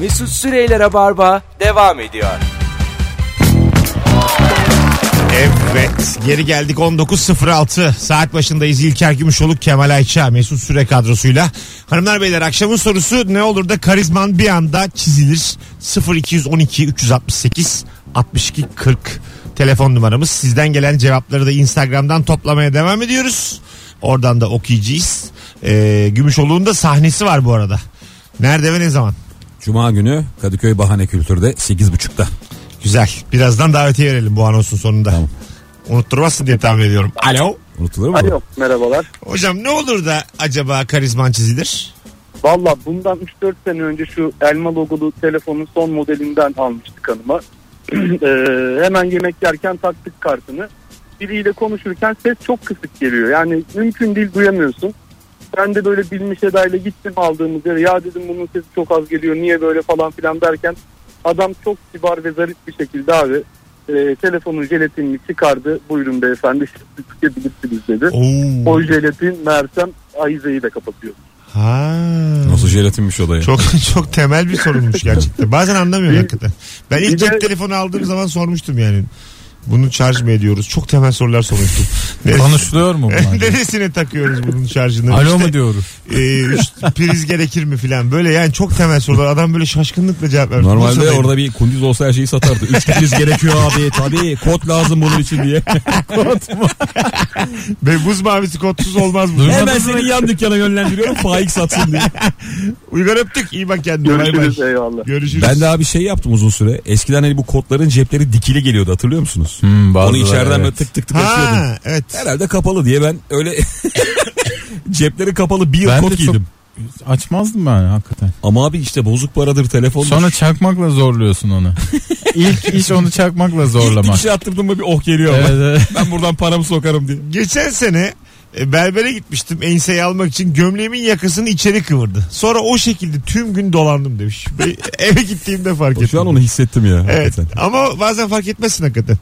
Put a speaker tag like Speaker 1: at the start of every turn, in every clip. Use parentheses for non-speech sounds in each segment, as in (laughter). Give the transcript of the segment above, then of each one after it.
Speaker 1: Mesut Süreyler'e barba devam ediyor.
Speaker 2: Evet geri geldik 19.06 saat başındayız İlker Gümüşoluk Kemal Ayça Mesut Süre kadrosuyla Hanımlar beyler akşamın sorusu ne olur da karizman bir anda çizilir 0212 368 62 40 telefon numaramız sizden gelen cevapları da Instagram'dan toplamaya devam ediyoruz oradan da okuyacağız ee, Gümüşoluk'un da sahnesi var bu arada nerede ve ne zaman
Speaker 3: Cuma günü Kadıköy Bahane Kültür'de 8.30'da.
Speaker 2: güzel birazdan davetiye verelim bu anonsun sonunda
Speaker 3: Tamam.
Speaker 2: unutturmazsın diye tahmin ediyorum alo
Speaker 3: Unutulur mu?
Speaker 4: Alo merhabalar.
Speaker 2: Hocam ne olur da acaba karizman çizilir?
Speaker 4: Valla bundan 3-4 sene önce şu elma logolu telefonun son modelinden almıştık hanıma. (clears throat) Ee, hemen yemek yerken taktık kartını. Biriyle konuşurken ses çok kısık geliyor. Yani mümkün değil duyamıyorsun. Ben de böyle bilmiş edayla gittim aldığımız yere. Ya dedim bunun sesi çok az geliyor niye böyle falan filan derken. Adam çok kibar ve zarif bir şekilde abi e, telefonun jelatinini çıkardı. Buyurun beyefendi siz tükebilirsiniz dedi.
Speaker 2: Oo.
Speaker 4: O jelatin mersem Ayize'yi de kapatıyor.
Speaker 2: Ha.
Speaker 3: Nasıl jelatinmiş o da ya.
Speaker 2: Çok çok temel bir sorunmuş gerçekten. Bazen anlamıyorum hakikaten. Ben ilk
Speaker 4: Bir de-
Speaker 2: cep telefonu aldığım zaman sormuştum yani. Bunu şarj mı ediyoruz? Çok temel sorular sormuştum. Neresi-
Speaker 5: Konuşuluyor mu
Speaker 2: (laughs)
Speaker 5: bunlar?
Speaker 2: Neresine takıyoruz bunun şarjını?
Speaker 5: Alo
Speaker 2: İşte, (laughs)
Speaker 5: mu diyoruz?
Speaker 2: e, üst- priz gerekir mi filan böyle yani çok temel sorular. Adam böyle şaşkınlıkla cevap vermiş.
Speaker 3: Normalde
Speaker 2: Bursa'dayım.
Speaker 3: orada bir kunduz olsa her şeyi satardı. Üç kişiyiz gerekiyor abi tabii. Kod lazım bunun için
Speaker 5: (laughs)
Speaker 3: diye. Kod mu?
Speaker 2: Ve buz mavisi kotsuz olmaz bu.
Speaker 3: Hemen seni yan dükkana yönlendiriyorum. Faik satsın diye.
Speaker 2: Uygar öptük. İyi bak kendine. Bay bay.
Speaker 4: Görüşürüz eyvallah.
Speaker 2: Görüşürüz.
Speaker 3: (laughs) Ben de abi şey yaptım uzun süre. Eskiden hani bu kodların cepleri dikili geliyordu hatırlıyor musunuz?
Speaker 5: Hmm, bazıları,
Speaker 3: Onu içeriden
Speaker 5: evet.
Speaker 3: böyle tık tık tık açıyordum.
Speaker 2: Ha, evet.
Speaker 3: Herhalde kapalı diye ben
Speaker 2: (laughs)
Speaker 3: öyle (laughs) cepleri kapalı bir yıl
Speaker 5: Ben
Speaker 3: kod
Speaker 5: de çok-
Speaker 3: giydim.
Speaker 5: Açmazdım ben hakikaten.
Speaker 3: Ama abi işte bozuk paradır telefon.
Speaker 5: Sonra çakmakla
Speaker 3: (laughs)
Speaker 5: zorluyorsun onu. İlk iş onu çakmakla
Speaker 3: İlk
Speaker 5: zorlamak.
Speaker 3: dikişi attırdım mı bir oh geliyor ama.
Speaker 5: Evet, evet.
Speaker 3: Ben buradan paramı sokarım diye.
Speaker 2: Geçen sene e, berbere gitmiştim enseyi almak için gömleğimin yakasını içeri kıvırdı. Sonra o şekilde tüm gün dolandım demiş.
Speaker 3: (laughs)
Speaker 2: Ve Eve gittiğimde fark ettim.
Speaker 3: Şu an onu hissettim ya.
Speaker 2: (laughs) Evet
Speaker 3: hakikaten.
Speaker 2: ama bazen fark etmezsin hakikaten.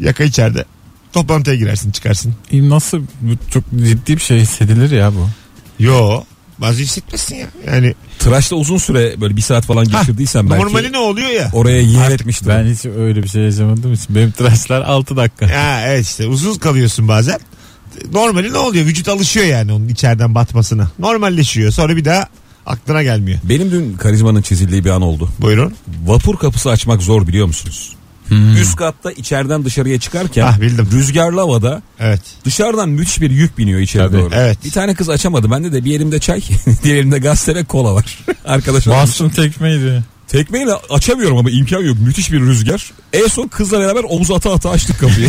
Speaker 2: Yaka içeride. Toplantıya girersin çıkarsın.
Speaker 5: İyi, Nasıl bu çok ciddi bir şey hissedilir ya bu.
Speaker 2: Yo bazı hissetmezsin ya. Yani
Speaker 3: Tıraşta uzun süre böyle bir saat falan geçirdiysem belki
Speaker 2: normali ne oluyor ya.
Speaker 3: oraya yer etmiştim.
Speaker 5: Ben hiç öyle bir şey yaşamadığım için benim tıraşlar 6 dakika.
Speaker 2: Ha, evet işte uzun kalıyorsun bazen. Normali ne oluyor? Vücut alışıyor yani onun içeriden batmasına. Normalleşiyor sonra bir daha aklına gelmiyor.
Speaker 3: Benim dün karizmanın çizildiği bir an oldu.
Speaker 2: Buyurun.
Speaker 3: Vapur kapısı açmak zor biliyor musunuz?
Speaker 5: Hmm.
Speaker 3: Üst katta içeriden dışarıya çıkarken
Speaker 2: Ah, bildim.
Speaker 3: rüzgarlı havada
Speaker 2: Evet.
Speaker 3: dışarıdan müthiş bir yük biniyor içeri
Speaker 5: Tabii,
Speaker 3: doğru.
Speaker 2: evet.
Speaker 3: Bir tane kız açamadı. Bende de bir elimde çay, (laughs) diğer elimde gazete ve kola var. (laughs) Arkadaşım (laughs)
Speaker 5: Bastım tekmeydi.
Speaker 3: Tekmeyle açamıyorum ama imkan yok. Müthiş bir rüzgar. En son kızla beraber omuz ata ata açtık
Speaker 2: (laughs)
Speaker 3: kapıyı.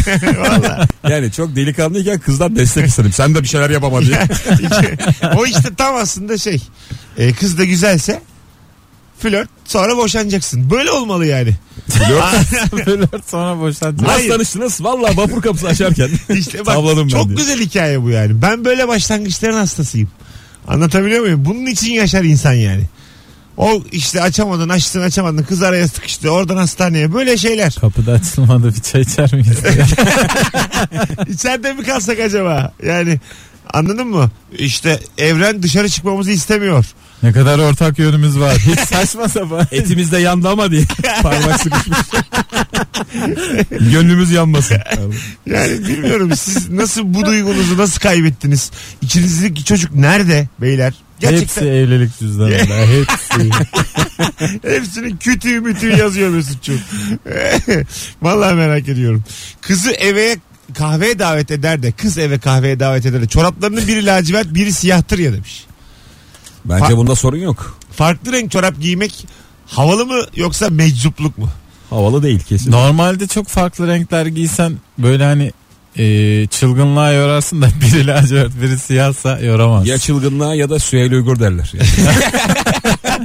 Speaker 3: yani çok delikanlıyken kızdan destek istedim. Sen de bir şeyler
Speaker 2: (laughs)
Speaker 3: yapama diye.
Speaker 2: o işte tam aslında şey. E, kız da güzelse flört sonra boşanacaksın. Böyle olmalı yani.
Speaker 5: Böyle sonra boşalttı.
Speaker 2: Ah, Hayır.
Speaker 3: Nasıl tanıştınız? Valla vapur kapısı açarken.
Speaker 2: (laughs) İşte bak
Speaker 3: Tavladım ben
Speaker 2: çok
Speaker 3: diye.
Speaker 2: güzel hikaye bu yani. Ben böyle başlangıçların hastasıyım. Anlatabiliyor muyum? Bunun için yaşar insan yani. O işte açamadın açtın açamadın kız araya sıkıştı oradan hastaneye böyle
Speaker 3: (laughs)
Speaker 2: şeyler.
Speaker 5: Kapıda açılmadı bir çay içer miyiz?
Speaker 2: İçeride mi kalsak acaba? Yani anladın mı? İşte evren dışarı çıkmamızı istemiyor.
Speaker 5: ne kadar ortak yönümüz var. Hiç saçma sapan.
Speaker 3: Etimizde yandı
Speaker 2: (laughs)
Speaker 3: ama diye. Parmak sıkışmış. Gönlümüz yanmasın.
Speaker 2: Yani bilmiyorum siz nasıl bu duygunuzu nasıl kaybettiniz? İçinizdeki çocuk nerede beyler?
Speaker 5: Hepsi
Speaker 2: Gerçekten
Speaker 3: (laughs)
Speaker 5: evlilik cüzdanında. Hepsi.
Speaker 2: hepsini kötü mütü yazıyor Mesut'cum. (laughs) Vallahi merak ediyorum. Kızı eve kahveye davet eder de kız eve kahveye davet eder de çoraplarının biri lacivert biri siyahtır ya demiş.
Speaker 3: Bence bunda sorun yok.
Speaker 2: Farklı renk çorap giymek havalı mı yoksa meczupluk mu?
Speaker 3: Havalı değil kesin.
Speaker 5: Normalde çok farklı renkler giysen böyle hani e, çılgınlığa yorarsın da (laughs) biri lacivert biri siyahsa yoramaz.
Speaker 3: Ya çılgınlığa ya da Süheyl Uygur derler.
Speaker 2: (laughs)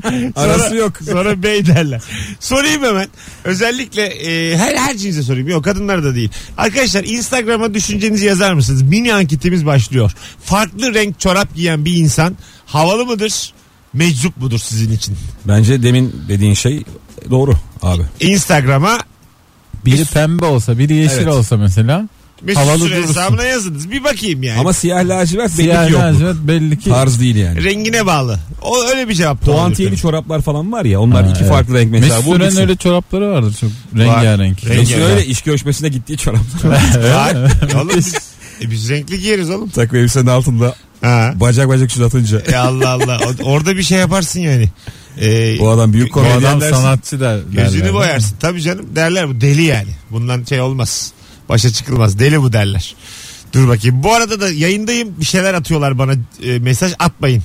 Speaker 3: Yani. Arası yok.
Speaker 2: Sonra bey derler. Sorayım hemen. Özellikle e, her her cinse sorayım. Yok kadınlar da değil. Arkadaşlar Instagram'a düşüncenizi yazar mısınız? Mini anketimiz başlıyor. Farklı renk çorap giyen bir insan havalı mıdır? Meczup mudur sizin için?
Speaker 3: Bence demin dediğin şey doğru abi.
Speaker 2: Instagram'a
Speaker 5: Biri pembe olsa biri yeşil
Speaker 3: Evet.
Speaker 5: olsa mesela
Speaker 2: Mesut
Speaker 5: Havalı
Speaker 2: Süre
Speaker 5: durursun.
Speaker 2: hesabına yazınız. Bir bakayım yani.
Speaker 3: Ama siyah lacivert belli
Speaker 5: Siyah
Speaker 3: ki yok.
Speaker 5: lacivert belli ki.
Speaker 3: Tarz değil yani.
Speaker 2: Rengine bağlı. O öyle bir cevap.
Speaker 3: Puantiyeli çoraplar falan var ya onlar
Speaker 5: Ha,
Speaker 3: iki
Speaker 5: evet.
Speaker 3: farklı renk mesela.
Speaker 5: Mesut
Speaker 3: Bu
Speaker 5: Süren'in
Speaker 3: Mesut-
Speaker 5: öyle çorapları vardır çok rengarenk.
Speaker 2: Renk-
Speaker 3: Mesut'un öyle iş görüşmesine gittiği (laughs) çoraplar.
Speaker 2: Var. Oğlum biz, e biz renkli giyeriz oğlum.
Speaker 3: Takım elbisenin altında
Speaker 2: Ha.
Speaker 3: bacak bacak şut (laughs) atınca.
Speaker 2: E Allah Allah. O- Orada bir şey yaparsın yani. Ee,
Speaker 3: Bu adam büyük
Speaker 5: Bu
Speaker 3: komedyen
Speaker 5: adam
Speaker 3: dersin.
Speaker 5: sanatçı der. derler.
Speaker 2: Gözünü boyarsın. Tabii canım derler bu deli yani. Bundan şey olmaz. Başa çıkılmaz. Deli bu derler. Dur bakayım. Bu arada da yayındayım. Bir şeyler atıyorlar bana. E, mesaj atmayın.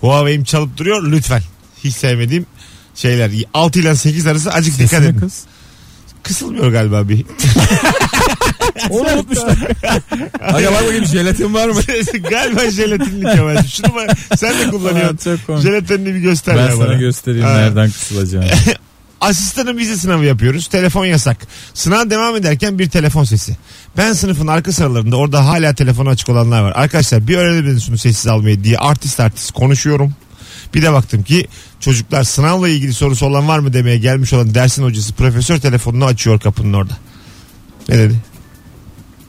Speaker 2: Huawei'im çalıp duruyor. Lütfen. Hiç sevmediğim şeyler. 6 ile 8 arası acık dikkat edin.
Speaker 3: (laughs) kız.
Speaker 2: Kısılmıyor galiba bir. (laughs)
Speaker 3: Onu unutmuşlar. Aga bak bakayım jelatin var mı?
Speaker 2: galiba jelatinli Kemal'cim. Şunu bana, sen de kullanıyorsun.
Speaker 5: Aa, çok komik.
Speaker 2: Jelatinini bir göster.
Speaker 5: Ben
Speaker 2: ya
Speaker 5: sana
Speaker 2: bana.
Speaker 5: göstereyim
Speaker 2: Ha.
Speaker 5: nereden kısılacağını.
Speaker 2: Asistanın vize sınavı yapıyoruz. Telefon yasak. Sınav devam ederken bir telefon sesi. Ben sınıfın arka sıralarında orada hala telefonu açık olanlar var. Arkadaşlar bir öğrenebiliriz şunu sessiz almayı diye artist artist konuşuyorum. Bir de baktım ki çocuklar sınavla ilgili sorusu olan var mı demeye gelmiş olan dersin hocası profesör telefonunu açıyor kapının orada. Ne dedi?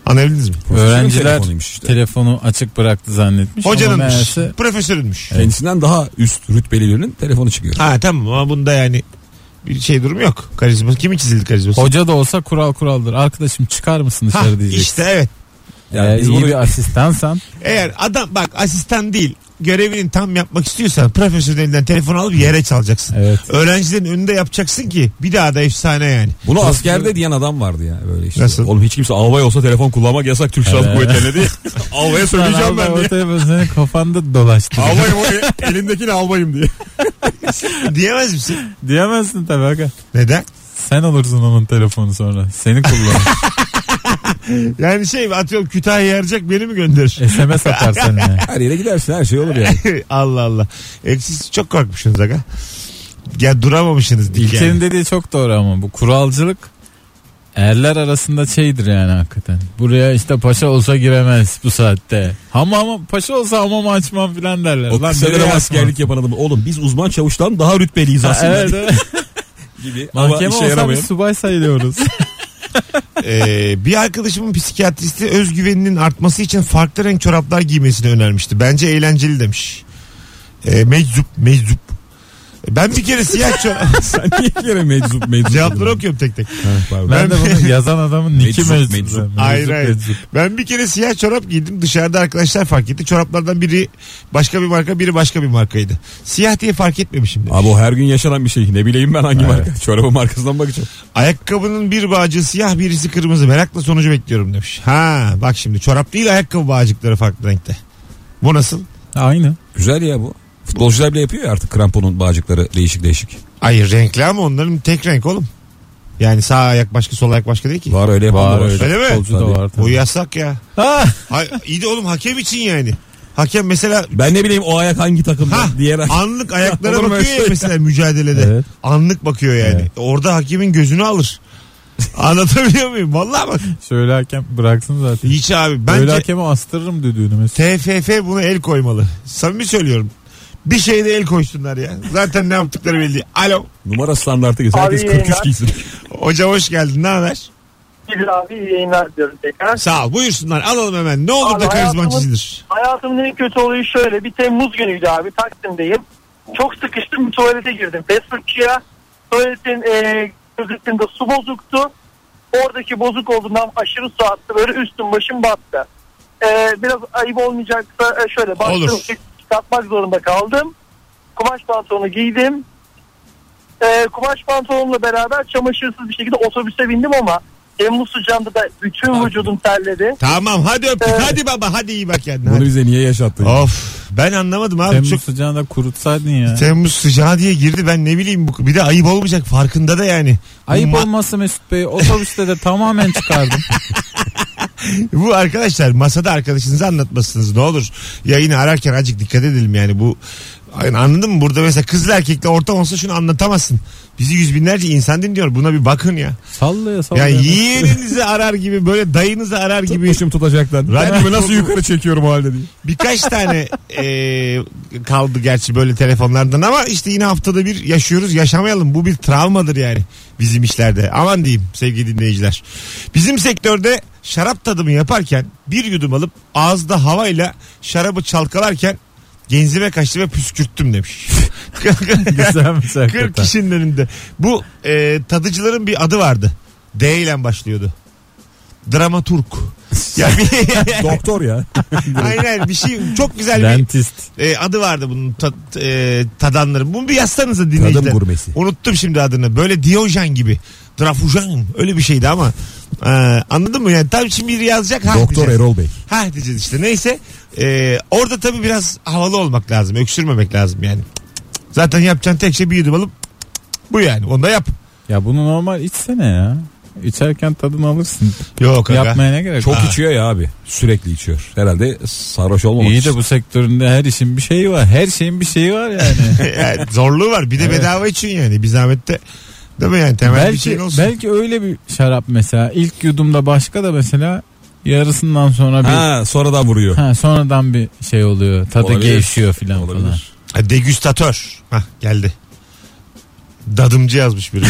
Speaker 2: Anlayabildiniz mi?
Speaker 5: Öğrenciler
Speaker 3: telefonuymuş işte.
Speaker 5: telefonu açık bıraktı zannetmiş. ama
Speaker 2: Hocanınmış.
Speaker 5: meğerse
Speaker 2: Profesörünmüş.
Speaker 3: Kendisinden daha üst rütbeli birinin telefonu çıkıyor.
Speaker 2: Ha tamam ama bunda yani bir şey durum yok. Karizma. Kimi çizildi karizması?
Speaker 5: hoca da olsa kural kuraldır. Arkadaşım çıkar mısın
Speaker 2: Ha,
Speaker 5: dışarı diyecek.
Speaker 2: işte evet.
Speaker 3: Yani
Speaker 5: Eğer
Speaker 3: biz
Speaker 5: iyi
Speaker 3: bunu-
Speaker 5: bir asistansan
Speaker 2: Eğer adam bak asistan değil görevini tam yapmak istiyorsan profesörün elinden telefon alıp yere çalacaksın.
Speaker 5: evet.
Speaker 2: Öğrencilerin önünde yapacaksın ki bir daha da efsane yani.
Speaker 3: Bunu askerde diyen adam vardı ya böyle işte.
Speaker 2: Nasıl?
Speaker 3: Oğlum hiç kimse albay olsa telefon kullanmak yasak Türk Silahlı
Speaker 5: Evet.
Speaker 3: Kuvvetleri'ne (laughs) diye. Albaya (laughs) söyleyeceğim ben diye.
Speaker 5: Ortaya böyle senin kafanda dolaştı.
Speaker 3: Albayım o el- elindekini albayım diye.
Speaker 2: Diyemez misin?
Speaker 5: (laughs) Diyemezsin tabii aga.
Speaker 2: Neden?
Speaker 5: Sen olursun onun telefonu sonra.
Speaker 3: (laughs)
Speaker 5: Seni kullanır.
Speaker 2: Yani şey atıyorum Kütahya'ya yarayacak beni mi gönderir?
Speaker 5: SMS atar sana. yani.
Speaker 3: Her yere gidersin her şey olur (laughs) yani.
Speaker 2: (laughs) Allah Allah. E, siz çok korkmuşsunuz aga. Ya duramamışsınız dik
Speaker 5: İlker'in
Speaker 2: yani.
Speaker 5: dediği çok doğru ama bu kuralcılık erler arasında şeydir yani hakikaten. Buraya işte paşa olsa giremez bu saatte. Hamama paşa olsa hamamı açmam filan derler.
Speaker 3: O
Speaker 5: Lan
Speaker 3: kısa
Speaker 5: nereye
Speaker 3: dönem
Speaker 5: açmam?
Speaker 3: askerlik yapan adam. Oğlum biz uzman çavuştan daha rütbeliyiz
Speaker 5: Ha,
Speaker 3: aslında.
Speaker 5: (laughs) evet, evet.
Speaker 3: Gibi.
Speaker 5: Mahkeme
Speaker 3: Ama işe
Speaker 5: olsa
Speaker 3: yaramayan.
Speaker 5: biz subay sayılıyoruz.
Speaker 2: Ee, bir arkadaşımın psikiyatristi özgüveninin artması için farklı renk çoraplar giymesini önermişti. Bence eğlenceli demiş. Ee, meczup, meczup. Ben bir kere siyah çorap...
Speaker 3: (laughs) Sen niye bir yere (laughs) meczup meczup?
Speaker 2: Cevapları
Speaker 3: dedin?
Speaker 2: okuyorum tek
Speaker 3: (laughs)
Speaker 2: tek.
Speaker 3: Ha, pardon.
Speaker 5: ben de bunu yazan adamın niki
Speaker 3: Meczup,
Speaker 5: meczup.
Speaker 3: meczup.
Speaker 5: Meczup,
Speaker 2: Hayır, hayır.
Speaker 5: meczup.
Speaker 2: Ben bir kere siyah çorap giydim. Dışarıda arkadaşlar fark etti. Çoraplardan biri başka bir marka, biri başka bir markaydı. Siyah diye fark etmemişim demiş.
Speaker 3: Abi o her gün yaşanan bir şey. Ne bileyim ben hangi marka. Çorabın markasından bakacağım.
Speaker 2: Ayakkabının bir bağcığı siyah, birisi kırmızı. Merakla sonucu bekliyorum demiş. Ha, bak şimdi çorap değil ayakkabı bağcıkları farklı renkte. Bu nasıl?
Speaker 5: Aynı.
Speaker 3: Güzel ya bu. Futbolcular bile yapıyor ya artık kramponun bağcıkları değişik değişik.
Speaker 2: Hayır renkli ama onların tek renk oğlum. Yani sağ ayak başka sol ayak başka değil ki.
Speaker 3: Var öyle yapan da
Speaker 5: Var
Speaker 3: var.
Speaker 5: öyle.
Speaker 2: Öyle mi?
Speaker 5: Futbolcu da
Speaker 3: Tabii.
Speaker 5: var
Speaker 2: Bu
Speaker 5: tabii.
Speaker 2: yasak ya.
Speaker 5: Ha!
Speaker 2: Hayır, iyi de oğlum hakem için yani. Hakem mesela
Speaker 3: Ben ne bileyim o ayak hangi takımda
Speaker 2: Ha,
Speaker 3: (laughs) diğer ayak.
Speaker 2: anlık ayaklara
Speaker 3: (laughs) Olur mu
Speaker 2: bakıyor
Speaker 3: öyle
Speaker 2: ya
Speaker 3: şey?
Speaker 2: mesela mücadelede.
Speaker 5: Evet.
Speaker 2: Anlık bakıyor yani.
Speaker 5: Evet.
Speaker 2: Orada hakimin gözünü
Speaker 3: (laughs)
Speaker 2: alır. Anlatabiliyor muyum? Vallahi bak.
Speaker 5: Şöyle hakem bıraksın zaten.
Speaker 2: Hiç abi.
Speaker 5: Böyle
Speaker 2: Bence
Speaker 5: hakeme astırırım düdüğünü mesela.
Speaker 2: TFF buna el koymalı. Samimi söylüyorum. Bir şeyde el koysunlar ya. Zaten ne yaptıkları belli. Alo.
Speaker 3: Numara standartı gitsin. Herkes
Speaker 4: Abi
Speaker 3: 43
Speaker 2: (laughs)
Speaker 4: yayınlar.
Speaker 3: giysin.
Speaker 2: Hocam hoş geldin. Ne haber?
Speaker 4: Biz abi iyi yayınlar diyorum tekrar.
Speaker 2: Sağ ol. Buyursunlar. Alalım hemen. Ne olur
Speaker 4: Abi
Speaker 2: da karizman
Speaker 4: hayatımız-
Speaker 2: çizilir.
Speaker 4: Hayatımın en kötü olayı şöyle. Bir Temmuz günüydü abi. Taksim'deyim. Çok sıkıştım. Bir tuvalete girdim. Facebook'ya. Tuvaletin e, gözetinde su bozuktu. Oradaki bozuk olduğundan aşırı su attı. Böyle üstüm başım battı. E, biraz ayıp olmayacaksa e, şöyle
Speaker 2: Olur.
Speaker 4: bastım. Çıkartmak zorunda kaldım. Kumaş pantolonu giydim. E, kumaş pantolonla beraber çamaşırsız bir şekilde otobüse bindim ama Temmuz sıcağında da bütün vücudum terledi.
Speaker 2: Tamam hadi öptük.
Speaker 4: Evet.
Speaker 2: Hadi baba hadi iyi bak kendine.
Speaker 3: Bunu
Speaker 2: Hadi.
Speaker 3: bize niye yaşattın?
Speaker 2: Of ben anlamadım abi.
Speaker 5: Temmuz
Speaker 2: Çok
Speaker 5: sıcağında kurutsaydın ya.
Speaker 2: Temmuz sıcağı diye girdi ben ne bileyim bu bir de ayıp olmayacak farkında da yani.
Speaker 5: Ayıp
Speaker 2: Ma-
Speaker 5: olması Mesut Bey otobüste de tamamen
Speaker 3: (laughs)
Speaker 5: çıkardım.
Speaker 2: Bu arkadaşlar masada arkadaşınıza anlatmasınız ne olur. Yayını ararken acık dikkat edelim yani bu yani anladın mı burada mesela kızla erkekle ortam olsa şunu anlatamazsın. Bizi yüz binlerce insan dinliyor buna bir bakın ya.
Speaker 5: Sallaya sallaya.
Speaker 2: Yani yeğeninizi arar gibi böyle dayınızı arar gibi
Speaker 3: Başım tutacaklar. Kendimi nasıl yukarı çekiyorum o halde diye.
Speaker 2: birkaç tane e, kaldı gerçi böyle telefonlardan ama işte yine haftada bir yaşıyoruz yaşamayalım bu bir travmadır yani bizim işlerde aman diyeyim sevgili dinleyiciler bizim sektörde şarap tadımı yaparken bir yudum alıp ağızda havayla şarabı çalkalarken genzime kaçtı ve püskürttüm demiş.
Speaker 5: (laughs)
Speaker 2: (laughs)
Speaker 5: Güzelmiş
Speaker 2: 40
Speaker 5: hakikaten.
Speaker 2: kişinin önünde. Bu e, tadıcıların bir adı vardı. D ile başlıyordu. Dramaturg. Ya bir, (laughs)
Speaker 3: Doktor ya.
Speaker 2: aynen bir şey çok güzel bir
Speaker 5: Dentist.
Speaker 2: e, adı vardı bunun ta, e, tadanların. Bunu bir yazsanıza
Speaker 3: Tadım
Speaker 2: dinleyiciler.
Speaker 3: gurmesi.
Speaker 2: Unuttum şimdi adını. Böyle Diyojen gibi. Drafujan öyle bir şeydi ama. e, anladın mı? Yani tabii şimdi biri yazacak. ha
Speaker 3: Doktor
Speaker 2: diyeceğiz.
Speaker 3: Erol Bey.
Speaker 2: Ha diyeceğiz işte. Neyse. E, orada tabii biraz havalı olmak lazım. Öksürmemek lazım yani. Zaten yapacağın tek şey bir yudum alıp bu yani. Onu da yap.
Speaker 5: Ya bunu normal içsene ya. İçerken tadını alırsın.
Speaker 2: Yok aga.
Speaker 5: Yapmaya ne gerek
Speaker 3: Çok
Speaker 5: var?
Speaker 3: içiyor ya abi. Sürekli içiyor. Herhalde sarhoş olmamak
Speaker 5: İyi
Speaker 3: için.
Speaker 5: de bu sektöründe her işin bir şeyi var. Her şeyin bir şeyi
Speaker 3: (laughs)
Speaker 5: var yani.
Speaker 2: (laughs) Yani zorluğu var. Bir de bedava için yani. Bir zahmet de Değil mi yani? Temel bir
Speaker 5: belki
Speaker 2: şey olsun.
Speaker 5: belki öyle bir şarap mesela ilk yudumda başka da mesela yarısından sonra bir ha.
Speaker 3: Ha sonra da vuruyor.
Speaker 5: sonradan bir şey oluyor. Tadı
Speaker 3: Olabilir.
Speaker 5: gevşiyor filan
Speaker 3: Olabilir.
Speaker 5: falan.
Speaker 2: Ha, Degüstatör. Hah geldi. Dadımcı yazmış biri. (laughs)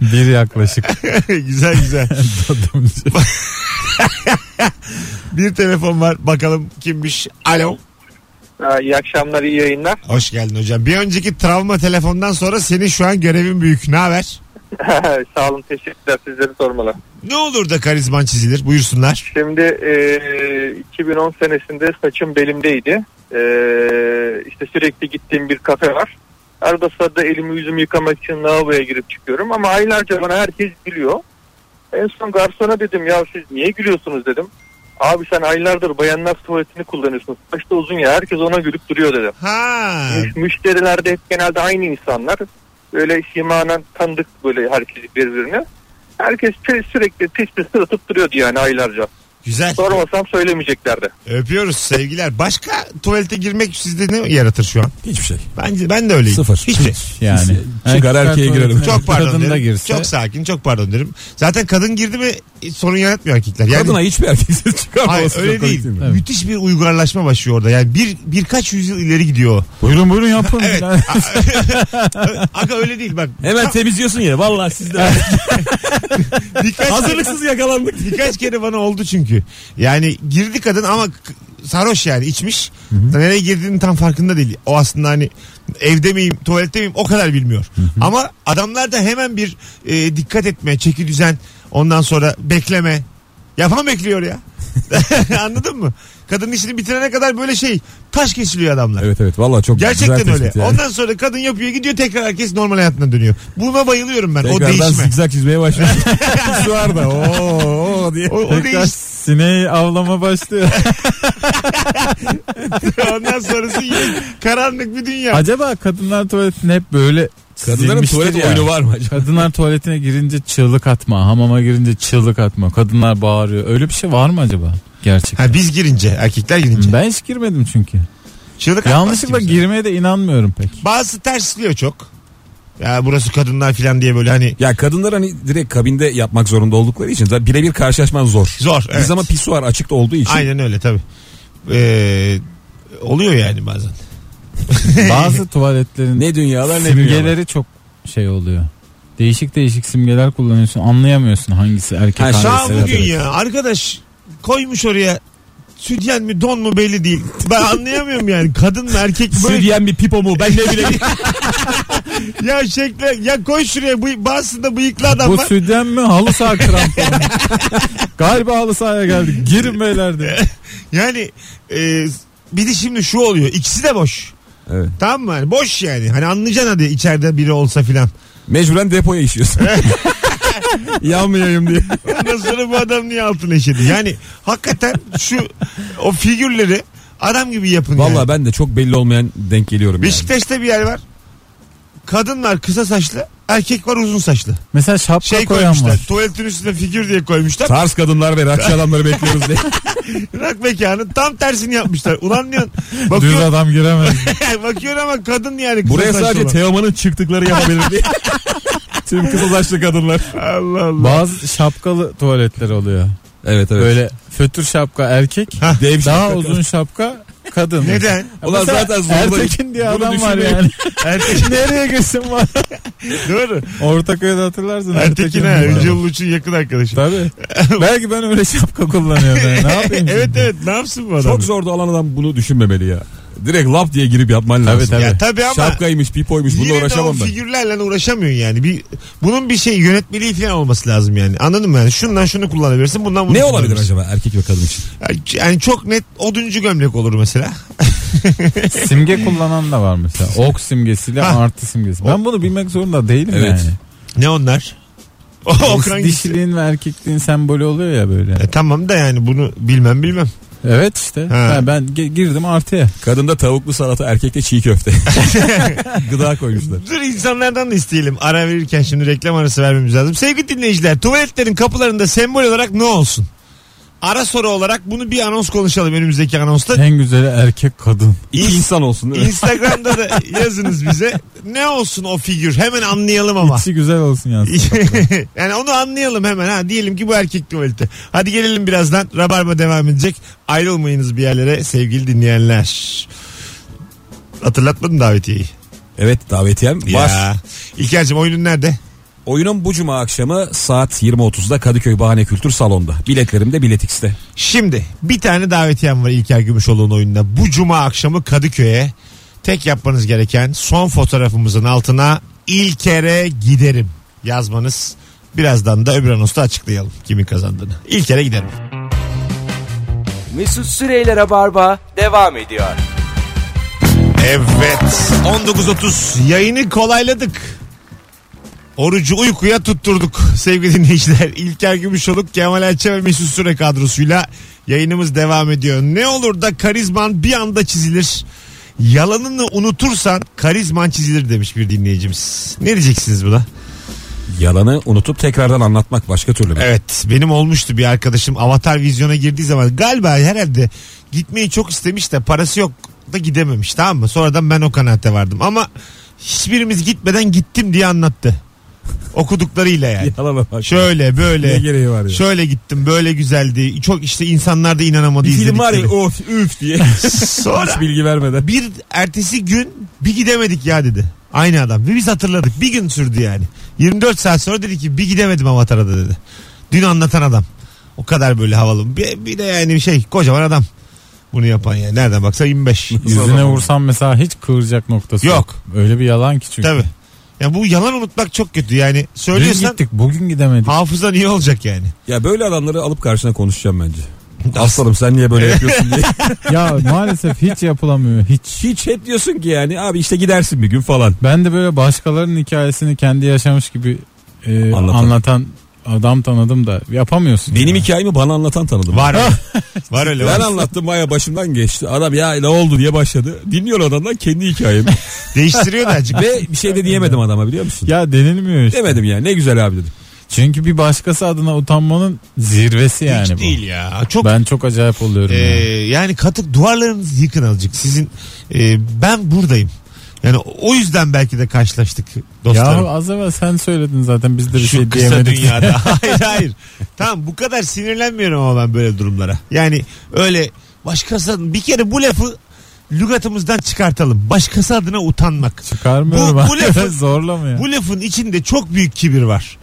Speaker 5: Bir yaklaşık
Speaker 2: güzel güzel.
Speaker 3: (laughs)
Speaker 5: tadımcı.
Speaker 2: Bir telefon var. Bakalım kimmiş. Alo.
Speaker 4: iyi akşamlar, iyi yayınlar.
Speaker 2: Hoş geldin hocam. Bir önceki travma telefondan sonra senin şu an görevin büyük. Ne haber?
Speaker 4: (laughs) Sağ olun, teşekkürler sizleri sormalı.
Speaker 2: Ne olur da karizman çizilir. Buyursunlar.
Speaker 4: Şimdi e, 2010 senesinde saçım belimdeydi. E, işte sürekli gittiğim bir kafe var. Arada sırada elimi yüzümü yıkamak için lavaboya girip çıkıyorum ama aylarca bana herkes gülüyor. En son garsona dedim ya siz niye gülüyorsunuz dedim. Abi sen aylardır bayanlar tuvaletini kullanıyorsun. Saç da uzun ya herkes ona gülüp duruyor dedim.
Speaker 2: Ha.
Speaker 4: Müş- Müşteriler de hep genelde aynı insanlar. Böyle simanen tanıdık böyle herkes birbirine. Herkes sü- sürekli pis pis sırıtıp duruyordu yani aylarca.
Speaker 2: Güzel.
Speaker 4: Sormasam söylemeyeceklerdi.
Speaker 2: Öpüyoruz sevgiler. Başka tuvalete girmek sizde ne yaratır şu an?
Speaker 3: Hiçbir şey.
Speaker 2: Bence ben de öyleyim.
Speaker 3: Sıfır.
Speaker 2: Hiçbir şey.
Speaker 5: Yani.
Speaker 3: Çıkar erkeğe girelim.
Speaker 2: Çok pardon
Speaker 5: Kadın da
Speaker 2: derim.
Speaker 5: girse.
Speaker 2: Çok sakin çok pardon derim. Zaten kadın girdi mi hiç sorun yaratmıyor erkekler. Yani
Speaker 3: Kadına hiçbir erkek ses
Speaker 2: Hayır
Speaker 3: çıkarmaması.
Speaker 2: öyle
Speaker 3: çok
Speaker 2: değil.
Speaker 3: komik mi?
Speaker 5: Evet.
Speaker 2: Müthiş bir uygarlaşma başlıyor orada. Yani bir birkaç yüzyıl ileri gidiyor. o.
Speaker 5: Buyurun buyurun yapın.
Speaker 2: Evet.
Speaker 5: Yani
Speaker 2: Ö- Aga öyle değil bak.
Speaker 3: (laughs) Hemen temizliyorsun ya. Vallahi siz de
Speaker 2: Birkaç,
Speaker 3: hazırlıksız yakalandık.
Speaker 2: birkaç kere bana oldu çünkü. Yani girdi kadın ama k- sarhoş yani içmiş. Nereye girdiğinin tam farkında değil. O aslında hani evde miyim tuvalette miyim o kadar bilmiyor. Ama adamlar da hemen bir e, dikkat etme çeki düzen ondan sonra bekleme. Yapan bekliyor ya. (laughs) Anladın mı? Kadın işini bitirene kadar böyle şey taş kesiliyor adamlar.
Speaker 3: Evet evet vallahi çok
Speaker 2: Gerçekten
Speaker 3: güzel
Speaker 2: öyle.
Speaker 3: tespit yani.
Speaker 2: Ondan sonra kadın yapıyor gidiyor tekrar herkes normal hayatına dönüyor. Buna bayılıyorum ben. o
Speaker 3: Tekrardan
Speaker 2: değişme.
Speaker 3: zigzag çizmeye başladı. Şu (laughs) anda ooo oo diye.
Speaker 2: O, o
Speaker 5: Tekrar
Speaker 2: değiş.
Speaker 5: sineği
Speaker 3: (laughs)
Speaker 5: avlama başlıyor.
Speaker 2: (laughs) Ondan sonrası yine karanlık bir dünya.
Speaker 5: Acaba kadınlar tuvaletine hep böyle
Speaker 3: Kadınların
Speaker 5: çizilmiştir
Speaker 3: tuvalet
Speaker 5: ya.
Speaker 3: oyunu var mı acaba?
Speaker 5: Kadınlar tuvaletine girince çığlık atma, hamama girince çığlık atma, kadınlar bağırıyor. Öyle bir şey var mı acaba? Gerçekten.
Speaker 2: Ha biz girince erkekler girince.
Speaker 5: Ben hiç girmedim çünkü.
Speaker 2: Çığlık atmaz
Speaker 5: Yanlışlıkla
Speaker 2: kimse.
Speaker 5: girmeye de inanmıyorum
Speaker 3: (laughs)
Speaker 5: pek.
Speaker 2: Bazısı tersliyor çok. Ya burası kadınlar filan diye böyle hani
Speaker 3: Ya kadınlar hani direkt kabinde yapmak zorunda oldukları için zaten birebir karşılaşman zor.
Speaker 2: zor. Evet.
Speaker 3: Biz ama pisuar açıkta olduğu için.
Speaker 2: Aynen öyle tabii. Ee, oluyor yani bazen.
Speaker 5: Bazı tuvaletlerin
Speaker 3: Ne dünyalar ne dünyalar.
Speaker 5: simgeleri çok şey oluyor. Değişik değişik simgeler kullanıyorsun. Anlayamıyorsun hangisi erkek
Speaker 3: Ha,
Speaker 5: hangisi.
Speaker 3: şu
Speaker 2: Daha
Speaker 3: an
Speaker 5: kadın.
Speaker 2: bugün ya arkadaş koymuş oraya sütyen mi don mu belli değil. Ben anlayamıyorum yani. Kadın mı erkek mi böyle
Speaker 3: Südyen bir pipo mu
Speaker 2: (laughs)
Speaker 3: ben ne bileyim.
Speaker 2: Ya şekle ya koy şuraya bu bazısında bıyıklı adam
Speaker 5: Bu
Speaker 2: var.
Speaker 5: sütyen mi halı saha kramponu? (laughs) Galiba halı sahaya geldik. Girin beyler diye.
Speaker 2: Yani e, bir de şimdi şu oluyor. İkisi de boş.
Speaker 3: evet.
Speaker 2: Tamam mı? Yani boş yani. Hani anlayacaksın hadi içeride biri olsa filan.
Speaker 3: Mecburen depoya işiyorsun. (laughs) Yanmayayım diye.
Speaker 2: Ondan sonra bu adam niye altın eşedi? Yani hakikaten şu o figürleri adam gibi yapın
Speaker 3: Vallahi
Speaker 2: yani.
Speaker 3: ben de çok belli olmayan denk geliyorum yani.
Speaker 2: Beşiktaş'ta bir şey- yer var. Kadınlar kısa saçlı, erkek var uzun saçlı.
Speaker 5: Mesela şapka
Speaker 2: Şey
Speaker 5: koyan
Speaker 2: koymuşlar.
Speaker 5: var.
Speaker 2: Tuvaletin üstüne figür diye koymuşlar.
Speaker 3: Tarz kadınlar
Speaker 2: (laughs)
Speaker 3: ve rakçı adamları bekliyoruz diye.
Speaker 2: Rak mekanın tam tersini yapmışlar. Ulan diyorsun.
Speaker 5: Düz
Speaker 2: Bakıyor,
Speaker 5: adam giremez.
Speaker 2: bakıyor ama kadın yani. kısa
Speaker 3: Buraya
Speaker 2: saçlı
Speaker 3: sadece
Speaker 2: olan.
Speaker 3: Teoman'ın çıktıkları yapabilir
Speaker 2: (laughs)
Speaker 3: diye. Tüm kısa saçlı kadınlar.
Speaker 2: Allah Allah.
Speaker 5: Bazı şapkalı tuvaletler oluyor.
Speaker 3: Evet evet.
Speaker 5: Böyle fötür şapka erkek,
Speaker 2: Hah.
Speaker 5: dev daha uzun şapka kadın.
Speaker 2: Neden?
Speaker 5: Ya
Speaker 3: Ulan
Speaker 5: mesela
Speaker 3: zaten zorla-
Speaker 5: Ertekin diye
Speaker 3: Bunu
Speaker 5: adam var
Speaker 3: düşünmeyin.
Speaker 5: (laughs) yani.
Speaker 2: Ertekin
Speaker 5: Nereye gitsin var?
Speaker 2: doğru.
Speaker 5: Ortaköy'de hatırlarsın.
Speaker 2: Ertekin ha.
Speaker 5: var.
Speaker 2: Yüce Uluç'un yakın arkadaşı.
Speaker 5: Tabii. (laughs) Belki ben öyle şapka kullanıyorum. yani. (laughs) Ne yapayım?
Speaker 2: evet
Speaker 5: şimdi?
Speaker 2: evet ne yapsın bu adam?
Speaker 3: Çok zor da alan adam bunu düşünmemeli ya. Direkt lap diye girip yapman lazım.
Speaker 5: tabii.
Speaker 2: Ya tabii ama
Speaker 3: Şapkaymış, pipoymuş bununla
Speaker 2: yine de o
Speaker 3: uğraşamam ben.
Speaker 2: figürlerle uğraşamıyorsun yani. Bir, bunun bir şey yönetmeliği falan olması lazım yani. Anladın mı yani? Şundan şunu kullanabilirsin bundan bunu
Speaker 3: Ne olabilir
Speaker 2: kullanabilirsin.
Speaker 3: acaba erkek ve kadın için?
Speaker 2: Yani çok net oduncu gömlek olur mesela.
Speaker 5: Simge kullanan da var (laughs) mesela. Ok simgesiyle
Speaker 2: Ha.
Speaker 5: artı simgesi. Ben bunu bilmek zorunda değilim
Speaker 3: Evet.
Speaker 5: (laughs) yani.
Speaker 2: Ne onlar? (laughs) O okran gitsin.
Speaker 5: Dişiliğin ve erkekliğin sembolü oluyor ya böyle.
Speaker 2: E, tamam da yani bunu bilmem bilmem.
Speaker 5: Evet işte.
Speaker 2: Ha.
Speaker 5: Ha, ben ge- girdim artıya.
Speaker 3: Kadında tavuklu salata, erkekte çiğ köfte. (laughs) Gıda koymuşlar.
Speaker 2: Dur insanlardan da isteyelim. Ara verirken şimdi reklam arası vermemiz lazım. Sevgili dinleyiciler tuvaletlerin kapılarında sembol olarak ne olsun? Ara soru olarak bunu bir anons konuşalım önümüzdeki
Speaker 5: (laughs)
Speaker 2: anonsta.
Speaker 5: En güzeli erkek kadın.
Speaker 3: İki insan olsun değil mi?
Speaker 2: Instagram'da da yazınız bize. Ne olsun o figür? Hemen anlayalım
Speaker 5: (laughs)
Speaker 2: ama.
Speaker 5: İçi güzel olsun yansın.
Speaker 2: yani onu anlayalım hemen ha. Diyelim ki bu erkek tuvaleti. Hadi gelelim birazdan. Rabarba devam edecek. Ayrılmayınız bir yerlere sevgili dinleyenler. Hatırlatmadın davetiyeyi.
Speaker 3: Evet davetiyem var.
Speaker 2: Ya. İlker'cim oyunun nerede?
Speaker 3: Oyunum bu cuma akşamı saat 20.30'da Kadıköy Bahane Kültür Salonu'nda. Biletlerim de Biletix'te.
Speaker 2: Şimdi bir tane davetiyem var İlker Gümüşoğlu'nun oyununa. Bu cuma akşamı Kadıköy'e tek yapmanız gereken son fotoğrafımızın altına İlker'e giderim yazmanız. Birazdan da öbür anonsta açıklayalım kimin kazandığını. İlker'e giderim.
Speaker 1: Mesut Süreyler'e barba devam ediyor.
Speaker 2: Evet 19.30 yayını kolayladık. Orucu uykuya tutturduk sevgili dinleyiciler. İlker Gümüşoluk, Kemal Ayça ve Mesut Süre kadrosuyla yayınımız devam ediyor. Ne olur da karizman bir anda çizilir. Yalanını unutursan karizman çizilir demiş bir dinleyicimiz. Ne diyeceksiniz buna?
Speaker 3: Yalanı unutup tekrardan anlatmak başka türlü. Evet.
Speaker 2: Evet benim olmuştu bir arkadaşım Avatar vizyona girdiği zaman galiba herhalde gitmeyi çok istemiş de parası yok da gidememiş tamam mı? Sonradan ben o kanaate vardım ama hiçbirimiz gitmeden gittim diye anlattı. Okuduklarıyla
Speaker 3: (laughs)
Speaker 2: yani.
Speaker 3: Yalana bak.
Speaker 2: Şöyle
Speaker 3: Ne
Speaker 2: böyle
Speaker 3: gereği var ya?
Speaker 2: şöyle gittim böyle güzeldi. Çok işte insanlar da inanamadı
Speaker 3: bir film var ya
Speaker 2: izledikleri.
Speaker 3: of üf diye.
Speaker 2: (laughs) Sonra
Speaker 3: Hiç bilgi vermeden.
Speaker 2: bir ertesi gün bir gidemedik ya dedi. Aynı adam. Ve biz hatırladık. Bir gün sürdü yani. 24 saat sonra dedi ki bir gidemedim Avatar'a da dedi. Dün anlatan adam. O kadar böyle havalı. Bir, bir de yani şey kocaman adam. Bunu yapan yani. Nereden baksa 25.
Speaker 5: (laughs) Yüzüne vursam mesela hiç kıvıracak noktası yok.
Speaker 2: Yok.
Speaker 5: Öyle bir yalan ki çünkü.
Speaker 2: Tabii. Ya bu yalan unutmak çok kötü. Yani
Speaker 5: Dün
Speaker 2: söylüyorsan
Speaker 5: gittik bugün gidemedik.
Speaker 2: hafızan iyi olacak yani.
Speaker 3: Ya böyle adamları alıp karşına konuşacağım (laughs) bence. Aslanım sen niye böyle yapıyorsun (laughs) diye.
Speaker 5: ya maalesef hiç yapılamıyor hiç.
Speaker 3: Hiç et diyorsun ki yani abi işte gidersin bir gün falan.
Speaker 5: Ben de böyle başkalarının hikayesini kendi yaşamış gibi e,
Speaker 3: Anlatan.
Speaker 5: anlatan. adam tanıdım da yapamıyorsun.
Speaker 3: Benim
Speaker 5: ya.
Speaker 3: hikayemi bana anlatan tanıdım.
Speaker 2: Var
Speaker 5: (laughs)
Speaker 2: öyle. var öyle. var.
Speaker 3: Ben anlattım baya başımdan geçti. Adam ya ne oldu diye başladı. Dinliyor adamdan kendi (laughs) hikayemi.
Speaker 2: Değiştiriyor da azıcık.
Speaker 3: Ve bir şey de diyemedim adama biliyor musun?
Speaker 5: Ya denilmiyor işte.
Speaker 3: Demedim ya ne güzel abi dedim.
Speaker 5: Çünkü bir başkası adına utanmanın zirvesi yani
Speaker 2: Hiç
Speaker 5: bu.
Speaker 2: değil ya. Çok
Speaker 5: Ben çok acayip oluyorum.
Speaker 2: Ee,
Speaker 5: ya.
Speaker 2: yani katık duvarlarınızı yıkın azıcık. Sizin e, ben buradayım. Yani o yüzden belki de karşılaştık
Speaker 5: Ya
Speaker 2: dostlarım.
Speaker 5: az evvel sen söyledin zaten biz de bir
Speaker 2: Şu
Speaker 5: şey
Speaker 2: kısa
Speaker 5: diyemedik.
Speaker 2: dünyada. hayır hayır. Tamam bu kadar sinirlenmiyorum ama ben böyle durumlara. Yani öyle başkası adına- bir kere bu lafı lügatımızdan çıkartalım. Başkası adına utanmak.
Speaker 5: (laughs) Çıkarmıyorum
Speaker 2: Bu-
Speaker 5: bu,
Speaker 2: bu lafı-
Speaker 5: (laughs) zorlama ya.
Speaker 2: Bu lafın içinde çok büyük kibir var.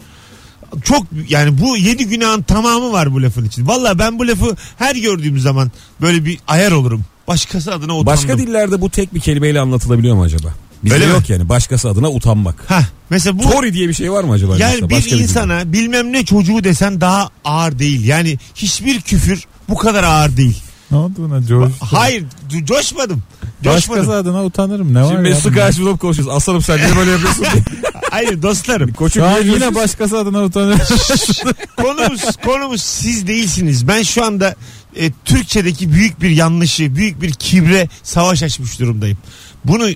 Speaker 2: Çok yani bu yedi günahın tamamı var bu lafın için. Valla ben bu lafı her gördüğüm zaman böyle bir ayar olurum. Başkası adına utandım.
Speaker 3: Başka dillerde bu tek bir kelimeyle anlatılabiliyor mu acaba? Bizde
Speaker 2: Öyle mi?
Speaker 3: yok yani başkası adına utanmak.
Speaker 2: Ha mesela bu
Speaker 3: Tori diye bir şey var mı acaba?
Speaker 2: yani
Speaker 3: bizde?
Speaker 2: bir
Speaker 3: Başka dilde?
Speaker 2: insana bilmem ne çocuğu desen daha ağır değil. Yani hiçbir küfür bu kadar ağır değil.
Speaker 5: Ne oldu buna George?
Speaker 2: Hayır co- coşmadım.
Speaker 5: Başkası
Speaker 2: Coşmadım.
Speaker 5: (laughs) adına utanırım ne var
Speaker 3: Şimdi
Speaker 5: ya?
Speaker 3: Mesut'u
Speaker 5: bunda?
Speaker 3: karşımıza alıp konuşuyoruz. Aslanım sen niye böyle (laughs) yapıyorsun? diye.
Speaker 2: Hayır
Speaker 5: (laughs)
Speaker 2: dostlarım.
Speaker 3: Koçum
Speaker 5: Şu an
Speaker 3: niye
Speaker 5: yine
Speaker 3: diyorsun?
Speaker 5: başkası adına utanıyorum.
Speaker 2: konumuz konumuz siz değilsiniz. Ben şu anda e, Türkçedeki büyük bir yanlışı, büyük bir kibre savaş açmış durumdayım. Bunu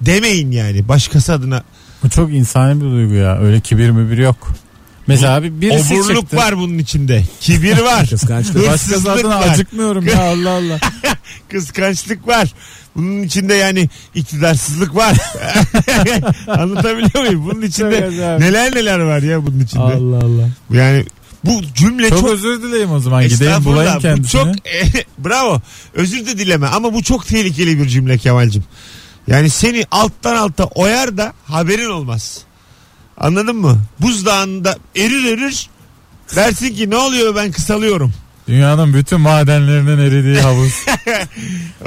Speaker 2: demeyin yani başkası adına.
Speaker 5: Bu çok insani bir duygu ya. Öyle kibir mübir yok. Mesela abi birisi
Speaker 2: Oburluk
Speaker 5: çıktı.
Speaker 2: var bunun içinde. Kibir var.
Speaker 3: Kıskançlık.
Speaker 5: Başkası
Speaker 2: Hırsızlık
Speaker 5: adına
Speaker 2: var.
Speaker 5: acıkmıyorum ya Allah
Speaker 2: (laughs)
Speaker 5: Allah.
Speaker 2: kıskançlık var. Bunun içinde yani iktidarsızlık var. (laughs) Anlatabiliyor muyum? Bunun içinde
Speaker 5: Evet abi.
Speaker 2: neler neler var ya bunun içinde.
Speaker 5: Allah Allah.
Speaker 2: Yani Bu cümle
Speaker 5: Çok,
Speaker 2: çok
Speaker 5: özür dileyim o zaman gideyim
Speaker 2: Estağfurullah.
Speaker 5: bulayım
Speaker 2: Bu
Speaker 5: kendisini.
Speaker 2: çok eh, (laughs) bravo. Özür de dileme ama bu çok tehlikeli bir cümle Kemal'cim. Yani seni alttan alta oyar da haberin olmaz. Anladın mı? Buzdağında erir erir dersin ki ne oluyor ben kısalıyorum.
Speaker 5: Dünyanın bütün madenlerinin
Speaker 2: (laughs)
Speaker 5: eridiği havuz.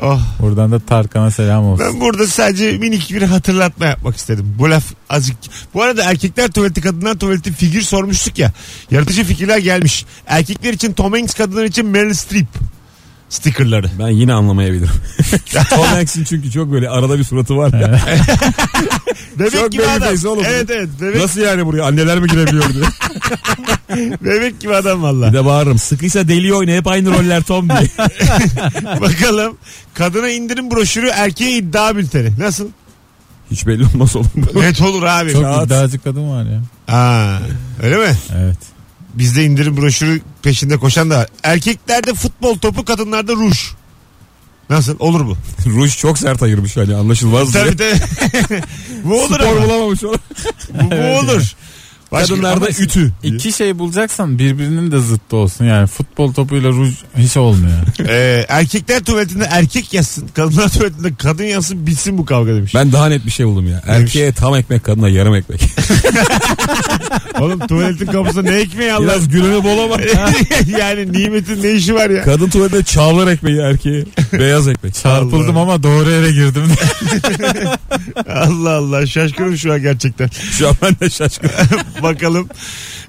Speaker 2: Oh.
Speaker 5: Buradan da Tarkan'a selam olsun.
Speaker 2: Ben burada sadece minik bir hatırlatma yapmak istedim. Bu laf azıcık. Bu arada erkekler tuvaleti kadınlar tuvaleti figür sormuştuk ya. Yaratıcı fikirler gelmiş. Erkekler için Tom Hanks kadınlar için Meryl Streep stickerları.
Speaker 3: Ben yine (laughs) anlamayabilirim. Tom Hanks'in çünkü çok böyle arada bir suratı var ya.
Speaker 2: Bebek
Speaker 3: Çok
Speaker 2: gibi
Speaker 3: baby
Speaker 2: adam.
Speaker 3: face oğlum.
Speaker 2: Evet evet. Bebek,
Speaker 3: Nasıl yani buraya anneler mi girebiliyor diye.
Speaker 2: bebek gibi adam
Speaker 3: (laughs) Bir (laughs)
Speaker 2: valla.
Speaker 3: de bağırırım. Sıkıysa deli oyna hep aynı roller Tom diye.
Speaker 2: Bakalım. Kadına indirim broşürü erkeğe iddia bülteni. Nasıl?
Speaker 3: (laughs) Hiç belli olmaz oğlum.
Speaker 2: Net olur abi.
Speaker 5: Çok
Speaker 2: Rahat.
Speaker 5: iddiacı kadın var ya.
Speaker 2: Aa, öyle mi?
Speaker 5: Evet.
Speaker 2: Bizde indirim broşürü peşinde koşan da var. Erkeklerde futbol topu kadınlarda ruj. Nasıl? Olur bu.
Speaker 3: Ruj çok sert ayırmış hani anlaşılmaz diye.
Speaker 2: Tabii tabii.
Speaker 3: (laughs)
Speaker 2: bu olur
Speaker 3: Spor
Speaker 2: ama.
Speaker 3: bulamamış oğlum.
Speaker 2: Bu, bu olur. Başka-
Speaker 3: Kadınlarda
Speaker 2: Ama-
Speaker 3: ütü.
Speaker 5: İki şey bulacaksan birbirinin de zıttı olsun. Yani futbol topuyla ruj
Speaker 2: (laughs)
Speaker 5: hiç olmuyor.
Speaker 2: Ee, erkekler tuvaletinde erkek yazsın. Kadınlar tuvaletinde kadın yazsın bitsin bu kavga demiş.
Speaker 3: (laughs) Ben daha net bir şey buldum ya.
Speaker 2: Neymiş?
Speaker 3: Erkeğe tam ekmek kadına yarım ekmek.
Speaker 2: Oğlum tuvaletin kapısında ne ekmeği Allah
Speaker 3: (laughs) (laughs) Biraz gülünü bola bak.
Speaker 2: yani nimetin ne işi var ya?
Speaker 3: Kadın tuvalette çağlar ekmeği erkeğe. Beyaz ekmek.
Speaker 5: Çarpıldım ama doğru
Speaker 2: (laughs)
Speaker 5: yere girdim.
Speaker 2: Allah Allah şaşkınım şu an gerçekten.
Speaker 3: (laughs)
Speaker 2: (laughs)
Speaker 3: Şu an ben de şaşkınım.
Speaker 2: Bakalım.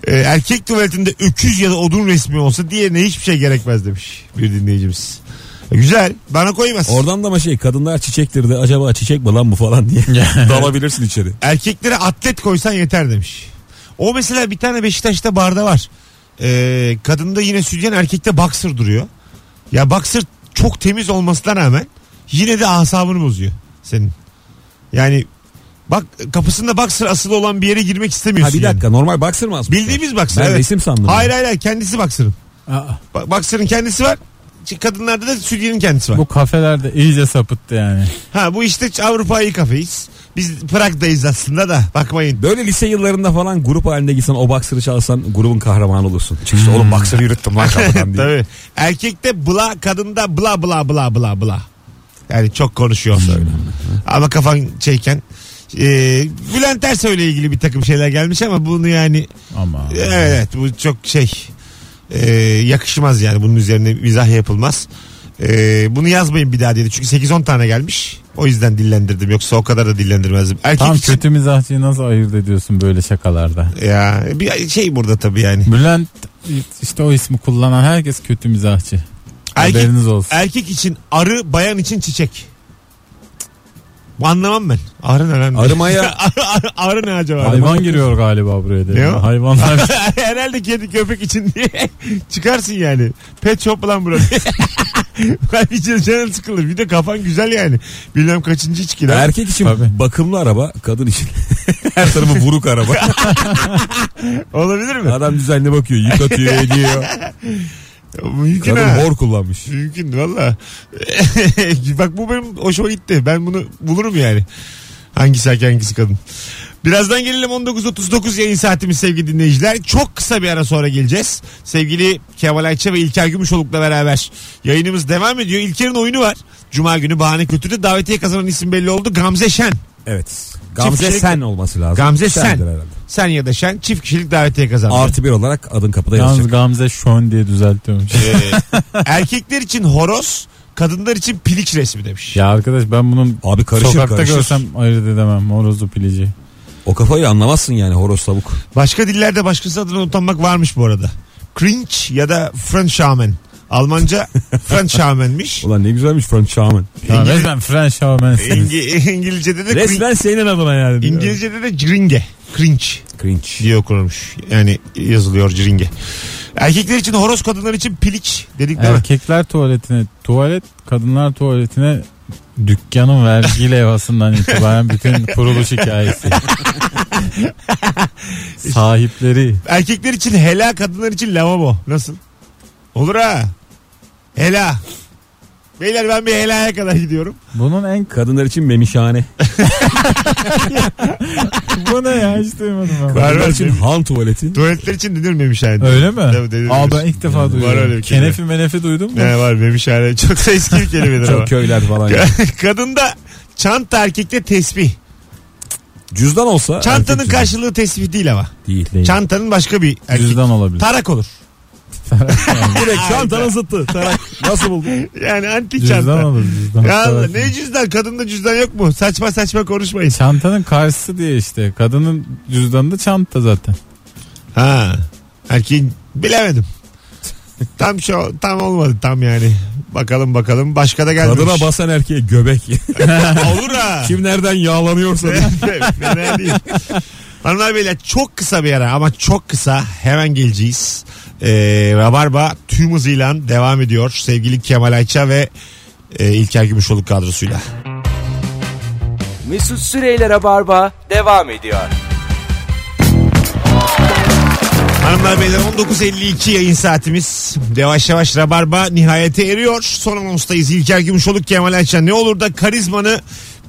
Speaker 2: Ee, erkek tuvaletinde öküz ya da odun resmi olsa diğerine hiçbir şey gerekmez demiş bir dinleyicimiz. Güzel. Bana koymaz.
Speaker 3: (laughs) Oradan da ama şey kadınlar çiçektir de acaba çiçek mi lan bu falan (laughs) diye. Dalabilirsin içeri.
Speaker 2: Erkeklere atlet koysan yeter demiş. O mesela bir tane Beşiktaş'ta barda var. Ee, kadında yine sütyen erkekte boxer duruyor. Ya boxer çok temiz olmasına rağmen yine de asabını bozuyor senin. Yani bak kapısında boxer asılı olan bir yere girmek
Speaker 3: Ha
Speaker 2: istemiyorsun.
Speaker 3: bir
Speaker 2: yani.
Speaker 3: dakika normal boxer mı asmışlar?
Speaker 2: Bildiğimiz boxer.
Speaker 3: Ben
Speaker 2: evet.
Speaker 3: resim sandım.
Speaker 2: Hayır hayır hayır, kendisi boxer'ın.
Speaker 5: Aa,
Speaker 2: Ba- Boxer'ın kendisi var. Ç- Kadınlarda da sütyenin kendisi var.
Speaker 5: bu kafelerde iyice sapıttı yani.
Speaker 2: Ha bu işte Avrupa'yı kafeyiz. Biz Prag'dayız aslında da bakmayın.
Speaker 3: Böyle lise yıllarında falan grup halinde gitsen o boxer'ı çalsan grubun kahramanı olursun. Çünkü oğlum boxer'ı yürüttüm lan kapıdan diye.
Speaker 2: Tabii. Erkekte bla kadında bla bla bla bla bla. Yani çok konuşuyor. ama kafan şeyken. Ee, Bülent Ersoy'la ilgili bir takım şeyler gelmiş ama bunu yani
Speaker 5: Ama
Speaker 2: evet bu çok şey ee, yakışmaz yani bunun üzerine mizah yapılmaz. Ee, bunu yazmayın bir daha dedi çünkü 8-10 tane gelmiş. O yüzden dillendirdim yoksa o kadar da dillendirmezdim. Erkek
Speaker 5: tam
Speaker 2: için-
Speaker 5: kötü mizahçıyı nasıl ayırt ediyorsun böyle şakalarda?
Speaker 2: ya bir şey burada tabii yani.
Speaker 5: Bülent işte o ismi kullanan herkes kötü mizahçı.
Speaker 2: Erkek
Speaker 5: Haberiniz olsun.
Speaker 2: Erkek için arı, bayan için çiçek. Bu anlamam ben. Arı ne lan? (laughs)
Speaker 3: Arımaya
Speaker 2: arı, arı, arı ne acaba?
Speaker 5: Hayvan giriyor galiba buraya. dedim.
Speaker 2: Ne o? Şey
Speaker 5: Hayvanlar
Speaker 2: (laughs) Herhalde kedi köpek için diye (laughs) çıkarsın yani. Pet shop lan burası. (laughs) ben hiç canın sıkılır. Bir de kafan güzel yani. Bilmem kaçıncı içki lan.
Speaker 3: erkek için
Speaker 5: Tabii.
Speaker 3: bakımlı araba, kadın için (laughs) her tarafı vuruk araba.
Speaker 2: Olabilir mi?
Speaker 3: Adam düzenli bakıyor, yıkatıyor, ediyor.
Speaker 2: Mümkün
Speaker 3: Kadın
Speaker 2: ha.
Speaker 3: hor kullanmış.
Speaker 2: Mümkün valla. (laughs) Bak bu benim hoşuma gitti. Ben bunu bulurum yani. Hangisi erkek hangisi kadın. Birazdan gelelim 19.39 yayın saatimiz sevgili dinleyiciler. Çok kısa bir ara sonra geleceğiz. Sevgili Kemal Ayça ve İlker Gümüşoluk'la beraber yayınımız devam ediyor. İlker'in oyunu var. Cuma günü bahane kötüde davetiye kazanan isim belli oldu. Gamze Şen.
Speaker 3: Evet. Gamze
Speaker 2: Çiftçilik-
Speaker 3: sen olması lazım.
Speaker 2: Gamze Sen.
Speaker 3: Sendir herhalde.
Speaker 2: Sen ya da Şen çift kişilik davetiye kazandı.
Speaker 3: Artı bir olarak adın kapıda
Speaker 5: yalnız
Speaker 3: yazacak.
Speaker 5: Gamze Şon diye düzeltiyormuş.
Speaker 2: Erkekler için horoz, kadınlar için piliç resmi demiş.
Speaker 5: ya arkadaş ben bunun
Speaker 3: Abi karışır
Speaker 5: sokakta
Speaker 3: karışır.
Speaker 5: görsem ayırt edemem. Morozu pilici.
Speaker 3: O kafayı anlamazsın yani horoz tavuk.
Speaker 2: Başka dillerde başkası adına utanmak varmış bu arada. Cringe ya da Frenchamen.
Speaker 5: (laughs)
Speaker 2: Almanca Frenchamen'miş.
Speaker 3: Ulan ne güzelmiş Frank Şaman.
Speaker 5: Ya resmen French Şovmen'siniz.
Speaker 2: İngi- İngilizce'de de cringe,
Speaker 3: Resmen senin adına yani. diyor.
Speaker 2: İngilizce'de de cringe. Cringe
Speaker 3: Cringe.
Speaker 2: diye okunurmuş. Yani yazılıyor cringe. Erkekler için horoz kadınlar için piliç dedik değil mi?
Speaker 5: Erkekler tuvaletine tuvalet, kadınlar tuvaletine dükkanın vergi levhasından itibaren bütün
Speaker 2: (laughs)
Speaker 5: kuruluş hikayesi. Sahipleri.
Speaker 2: Erkekler için hela kadınlar için lavabo. Nasıl? Olur ha. Hela. Beyler ben bir helaya kadar gidiyorum.
Speaker 5: Bunun en
Speaker 3: Kadınlar için memişhane.
Speaker 5: bu ne ya? hiç duymadım ben.
Speaker 2: Var var.
Speaker 3: için han tuvaleti.
Speaker 2: Tuvaletler için denir memişhane.
Speaker 5: Öyle mi?
Speaker 2: Tabii, denir
Speaker 5: Aa ben
Speaker 2: memişhane.
Speaker 5: ilk defa duydum.
Speaker 2: Var öyle bir şey. kelime.
Speaker 5: Kenefi menefi duydum mu?
Speaker 2: Ne var memişhane. Çok da eski bir kelimedir ama.
Speaker 3: Çok köyler falan. ya.
Speaker 2: (laughs) Kadında çanta erkekte tesbih.
Speaker 3: Cüzdan olsa.
Speaker 2: Çantanın
Speaker 3: erkek cüzdan.
Speaker 2: karşılığı tesbih değil ama.
Speaker 3: Değil.
Speaker 2: Çantanın başka bir erkek.
Speaker 5: Cüzdan olabilir.
Speaker 2: Tarak olur.
Speaker 3: Direkt çantanın zıttı. Tarak. Nasıl buldun?
Speaker 2: Yani antik
Speaker 5: Cüzdan
Speaker 2: çanta.
Speaker 5: olur cüzdan.
Speaker 2: Ya Allah,
Speaker 5: Tarak.
Speaker 2: ne cüzdan? Kadında cüzdan yok mu? Saçma saçma konuşmayın.
Speaker 5: Çantanın karşısı diye işte. Kadının cüzdanı da çanta zaten.
Speaker 2: Ha. Erkeğin bilemedim. tam şu tam olmadı tam yani. Bakalım bakalım. Başka da gelmemiş.
Speaker 3: Kadına basan erkeğe göbek.
Speaker 2: Olur ha.
Speaker 3: Kim nereden yağlanıyorsa.
Speaker 2: (laughs) Fena değil. Hanımlar beyler çok kısa bir ara ama çok kısa hemen geleceğiz. Ee, Rabarba tüm hızıyla devam ediyor. Sevgili Kemal Ayça ve e, İlker Gümüşoluk kadrosuyla.
Speaker 1: Mesut Süreyler'e barba devam ediyor.
Speaker 2: Hanımlar beyler 19.52 yayın saatimiz. Yavaş yavaş Rabarba nihayete eriyor. Son anonstayız. İlker Gümüşoluk Kemal Ayça. Ne olur da karizmanı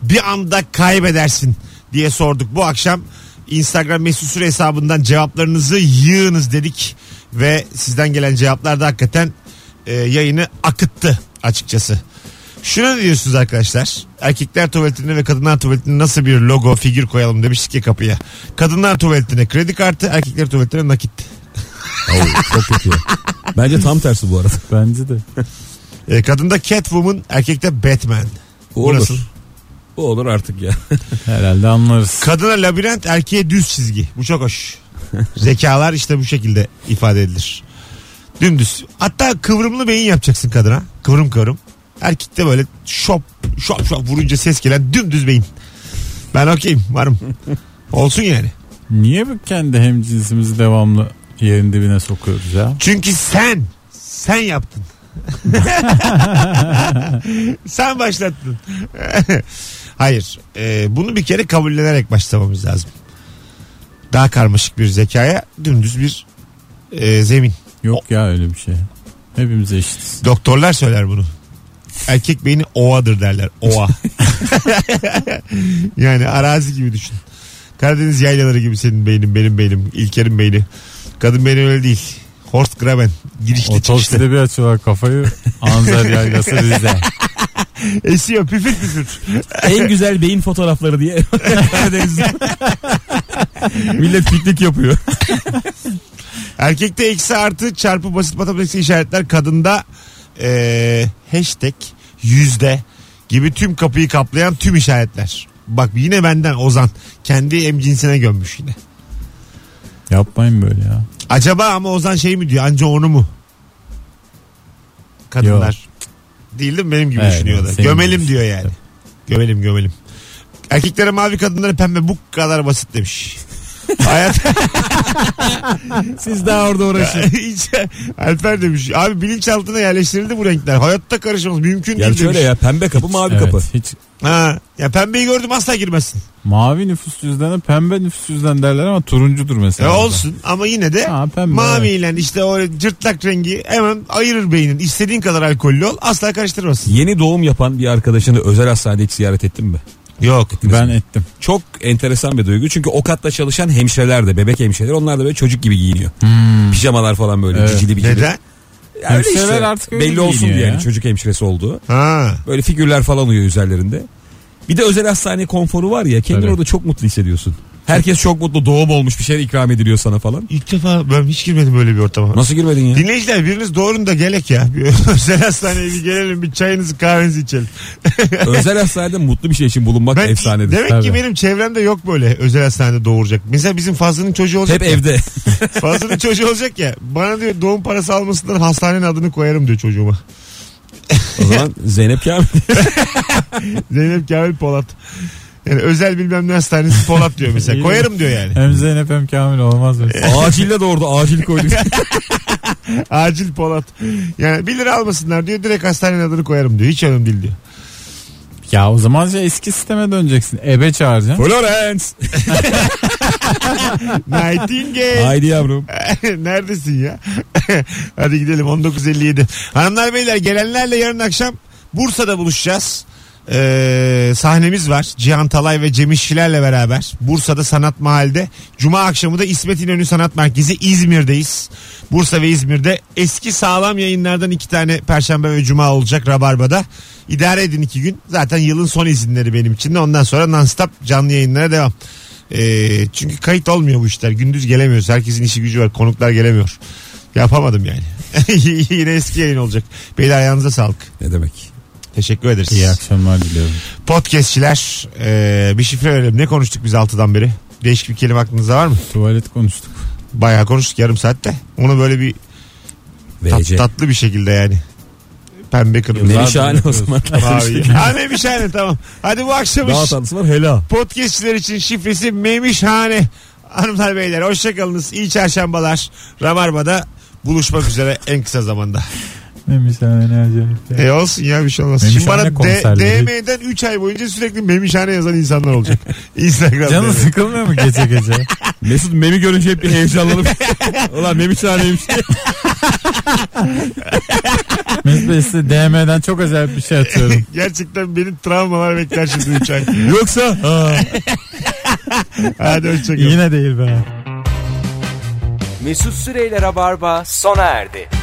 Speaker 2: bir anda kaybedersin diye sorduk bu akşam. Instagram mesut süre hesabından cevaplarınızı yığınız dedik. Ve sizden gelen cevaplar da hakikaten e, yayını akıttı açıkçası. Şuna ne diyorsunuz arkadaşlar? Erkekler tuvaletine ve kadınlar tuvaletine nasıl bir logo, figür koyalım demiştik ya kapıya. Kadınlar tuvaletine kredi kartı, erkekler tuvaletine nakit.
Speaker 3: Ay, çok kötü. ya. Bence tam tersi bu arada.
Speaker 5: Bence de.
Speaker 2: E, kadında Catwoman, erkekte Batman.
Speaker 3: Bu
Speaker 2: Bu
Speaker 3: olur.
Speaker 2: nasıl?
Speaker 3: Bu olur artık
Speaker 5: (laughs)
Speaker 3: ya.
Speaker 5: Herhalde anlarız.
Speaker 2: Kadına labirent, erkeğe düz çizgi. Bu çok
Speaker 3: (laughs)
Speaker 2: hoş. Zekalar işte bu şekilde ifade edilir. Dümdüz. Hatta kıvrımlı beyin yapacaksın kadına. Kıvrım kıvrım. Erkekte böyle şop şop şop vurunca ses gelen dümdüz beyin. Ben okeyim
Speaker 3: (laughs)
Speaker 2: varım. Olsun yani.
Speaker 5: Niye bu kendi hemcinsimizi devamlı yerin dibine sokuyoruz ya?
Speaker 2: Çünkü sen sen yaptın. (laughs) sen başlattın. (laughs) Hayır. e, bunu bir kere kabullenerek başlamamız lazım. Daha karmaşık bir zekaya dümdüz bir e, zemin.
Speaker 5: Yok ya öyle bir şey. Hepimiz eşitiz.
Speaker 2: Doktorlar söyler bunu. Erkek beyni ovadır derler. Ova. (laughs) yani arazi gibi düşün. Karadeniz yaylaları gibi senin beynin, benim beynim, İlker'in beyni. Kadın beyni öyle değil. Horst Graben. Girişli çıkışlı.
Speaker 5: Otobüste bir açıyorlar kafayı. Anzer yaylası
Speaker 3: (laughs)
Speaker 5: Rize.
Speaker 2: Esiyor püfür püfür.
Speaker 3: en güzel beyin fotoğrafları diye. (laughs) Millet piknik yapıyor.
Speaker 2: (laughs) Erkekte eksi artı çarpı basit matematiksel işaretler kadında eee, hashtag yüzde gibi tüm kapıyı kaplayan tüm işaretler. Bak yine benden Ozan kendi emcinsine gömmüş yine.
Speaker 5: Yapmayın böyle ya.
Speaker 2: Acaba ama Ozan şey mi diyor anca onu mu? Kadınlar. Değil değil mi? Benim gibi
Speaker 5: Evet,
Speaker 2: düşünüyorlar.
Speaker 5: senin
Speaker 2: Gömelim
Speaker 5: gibi
Speaker 2: diyor yani. Gömelim gömelim. Erkeklere mavi kadınlara pembe bu kadar basit
Speaker 5: (laughs)
Speaker 2: demiş. Hayat (laughs)
Speaker 3: Siz daha orada uğraşın.
Speaker 2: Hiç- Alper demiş. Abi bilinçaltına yerleştirildi bu renkler. Hayatta karışmamız mümkün
Speaker 3: Yani
Speaker 2: değil
Speaker 3: şöyle
Speaker 2: demiş.
Speaker 3: ya pembe kapı mavi
Speaker 5: Evet,
Speaker 3: kapı.
Speaker 5: Hiç
Speaker 2: Ha, ya pembeyi gördüm asla girmezsin.
Speaker 5: mavi nüfus cüzdanı pembe nüfus cüzdanı derler ama turuncudur
Speaker 2: E,
Speaker 5: mesela.
Speaker 2: olsun ama yine de
Speaker 5: Ha, pembe,
Speaker 2: maviyle işte o cırtlak rengi hemen ayırır beynin. İstediğin kadar alkollü ol asla karıştırmasın.
Speaker 3: Yeni doğum yapan bir arkadaşını özel hastanede hiç ziyaret ettin mi?
Speaker 2: Yok.
Speaker 5: Ben ettim.
Speaker 3: Çok enteresan bir duygu. Çünkü o katta çalışan hemşireler de bebek hemşireler onlar da böyle çocuk gibi giyiniyor. Pijamalar falan böyle
Speaker 5: Hmm. Evet.
Speaker 3: cicili bir
Speaker 2: Neden?
Speaker 5: Hemşireler artık öyle
Speaker 3: belli olsun
Speaker 5: giyiniyor
Speaker 3: diye
Speaker 5: ya.
Speaker 3: yani çocuk hemşiresi olduğu.
Speaker 2: Ha.
Speaker 3: Böyle figürler falan uyuyor üzerlerinde. Bir de özel hastane konforu var ya kendini
Speaker 5: Tabii.
Speaker 3: orada çok mutlu hissediyorsun. Herkes çok mutlu doğum olmuş bir şey ikram ediliyor sana falan.
Speaker 2: İlk defa ben hiç girmedim böyle bir ortama.
Speaker 3: Nasıl girmedin ya?
Speaker 2: Dinleyiciler biriniz doğurun da gelek ya. Bir özel (laughs) hastaneye bir gelelim bir çayınızı kahvenizi içelim.
Speaker 3: (laughs) özel hastanede mutlu bir şey için bulunmak
Speaker 2: Ben,
Speaker 3: efsanedir.
Speaker 2: demek ki
Speaker 5: Tabii.
Speaker 2: benim çevremde yok böyle özel hastanede doğuracak. Mesela bizim Fazlı'nın çocuğu olacak.
Speaker 3: Hep
Speaker 2: ya.
Speaker 3: evde.
Speaker 2: Fazlının çocuğu olacak ya. Bana diyor doğum parası almasından hastanenin adını koyarım diyor çocuğuma.
Speaker 3: (laughs)
Speaker 2: (laughs)
Speaker 3: o zaman Zeynep Kamil.
Speaker 2: Zeynep Kamil Polat. Yani özel bilmem ne hastanesi Polat diyor mesela. koyarım diyor yani. (laughs)
Speaker 5: Hem Zeynep hem Kamil olmaz mı?
Speaker 3: Acilde doğurdu (laughs) acil koyduk. (laughs)
Speaker 2: Acil Polat. Yani 1 lira almasınlar diyor. Direkt hastanenin adını koyarım diyor. Hiç önemli değil diyor.
Speaker 5: ya o zaman ya eski sisteme döneceksin. Ebe çağıracaksın.
Speaker 3: Florence.
Speaker 2: Nightingale.
Speaker 3: Haydi yavrum.
Speaker 2: (laughs) Neredesin ya? Hadi gidelim 19.57. Hanımlar beyler gelenlerle yarın akşam Bursa'da buluşacağız. e, sahnemiz var. Cihan Talay ve Cem İşçilerle beraber Bursa'da Sanat Mahal'de. Cuma akşamı da İsmet İnönü Sanat Merkezi İzmir'deyiz. Bursa ve İzmir'de eski sağlam yayınlardan iki tane Perşembe ve Cuma olacak Rabarba'da. İdare edin iki gün. Zaten yılın son izinleri benim için de. Ondan sonra nonstop canlı yayınlara devam. E, çünkü kayıt olmuyor bu işler. Gündüz gelemiyoruz. Herkesin işi gücü var. Konuklar gelemiyor. Yapamadım yani. (laughs) Yine eski yayın olacak. Beyler ayağınıza sağlık.
Speaker 3: Ne demek?
Speaker 2: Teşekkür ederiz.
Speaker 5: İyi akşamlar diliyorum.
Speaker 2: Podcastçiler e, bir şifre verelim. Ne konuştuk biz 6'dan beri? Değişik bir kelime aklınızda var mı?
Speaker 5: Tuvalet konuştuk.
Speaker 2: Bayağı konuştuk yarım saatte. Onu böyle bir tat-
Speaker 3: VC.
Speaker 2: tatlı bir şekilde yani. Pembe kırmızı.
Speaker 3: Neli şahane o (laughs) zaman.
Speaker 2: Abi, hane bir şahane tamam. Hadi bu akşam
Speaker 3: Daha tatlısı var hela.
Speaker 2: podcastçiler için şifresi memişhane. Hanımlar beyler hoşçakalınız. İyi çarşambalar. Rabarba'da buluşmak üzere en kısa zamanda.
Speaker 5: Neymiş yani ne acayip ya.
Speaker 2: E olsun ya bir şey olmaz. Şimdi
Speaker 5: Memişhane
Speaker 2: bana D-
Speaker 5: konserleri.
Speaker 2: DM'den 3 ay boyunca sürekli memişhane yazan insanlar
Speaker 5: (laughs)
Speaker 2: olacak. Instagram'da.
Speaker 5: Canın sıkılmıyor mu gece gece?
Speaker 3: (laughs) Mesut memi görünce hep bir heyecanlanıp.
Speaker 5: (laughs)
Speaker 3: Ulan memi şahaneymiş.
Speaker 5: Mesut Bey size DM'den çok acayip bir şey atıyorum.
Speaker 2: Gerçekten beni travmalar bekler şimdi 3 ay.
Speaker 3: Yoksa. Ha.
Speaker 2: Hadi hoşçakalın.
Speaker 5: Yine değil be.
Speaker 1: Mesut Süreyler'e barba sona erdi.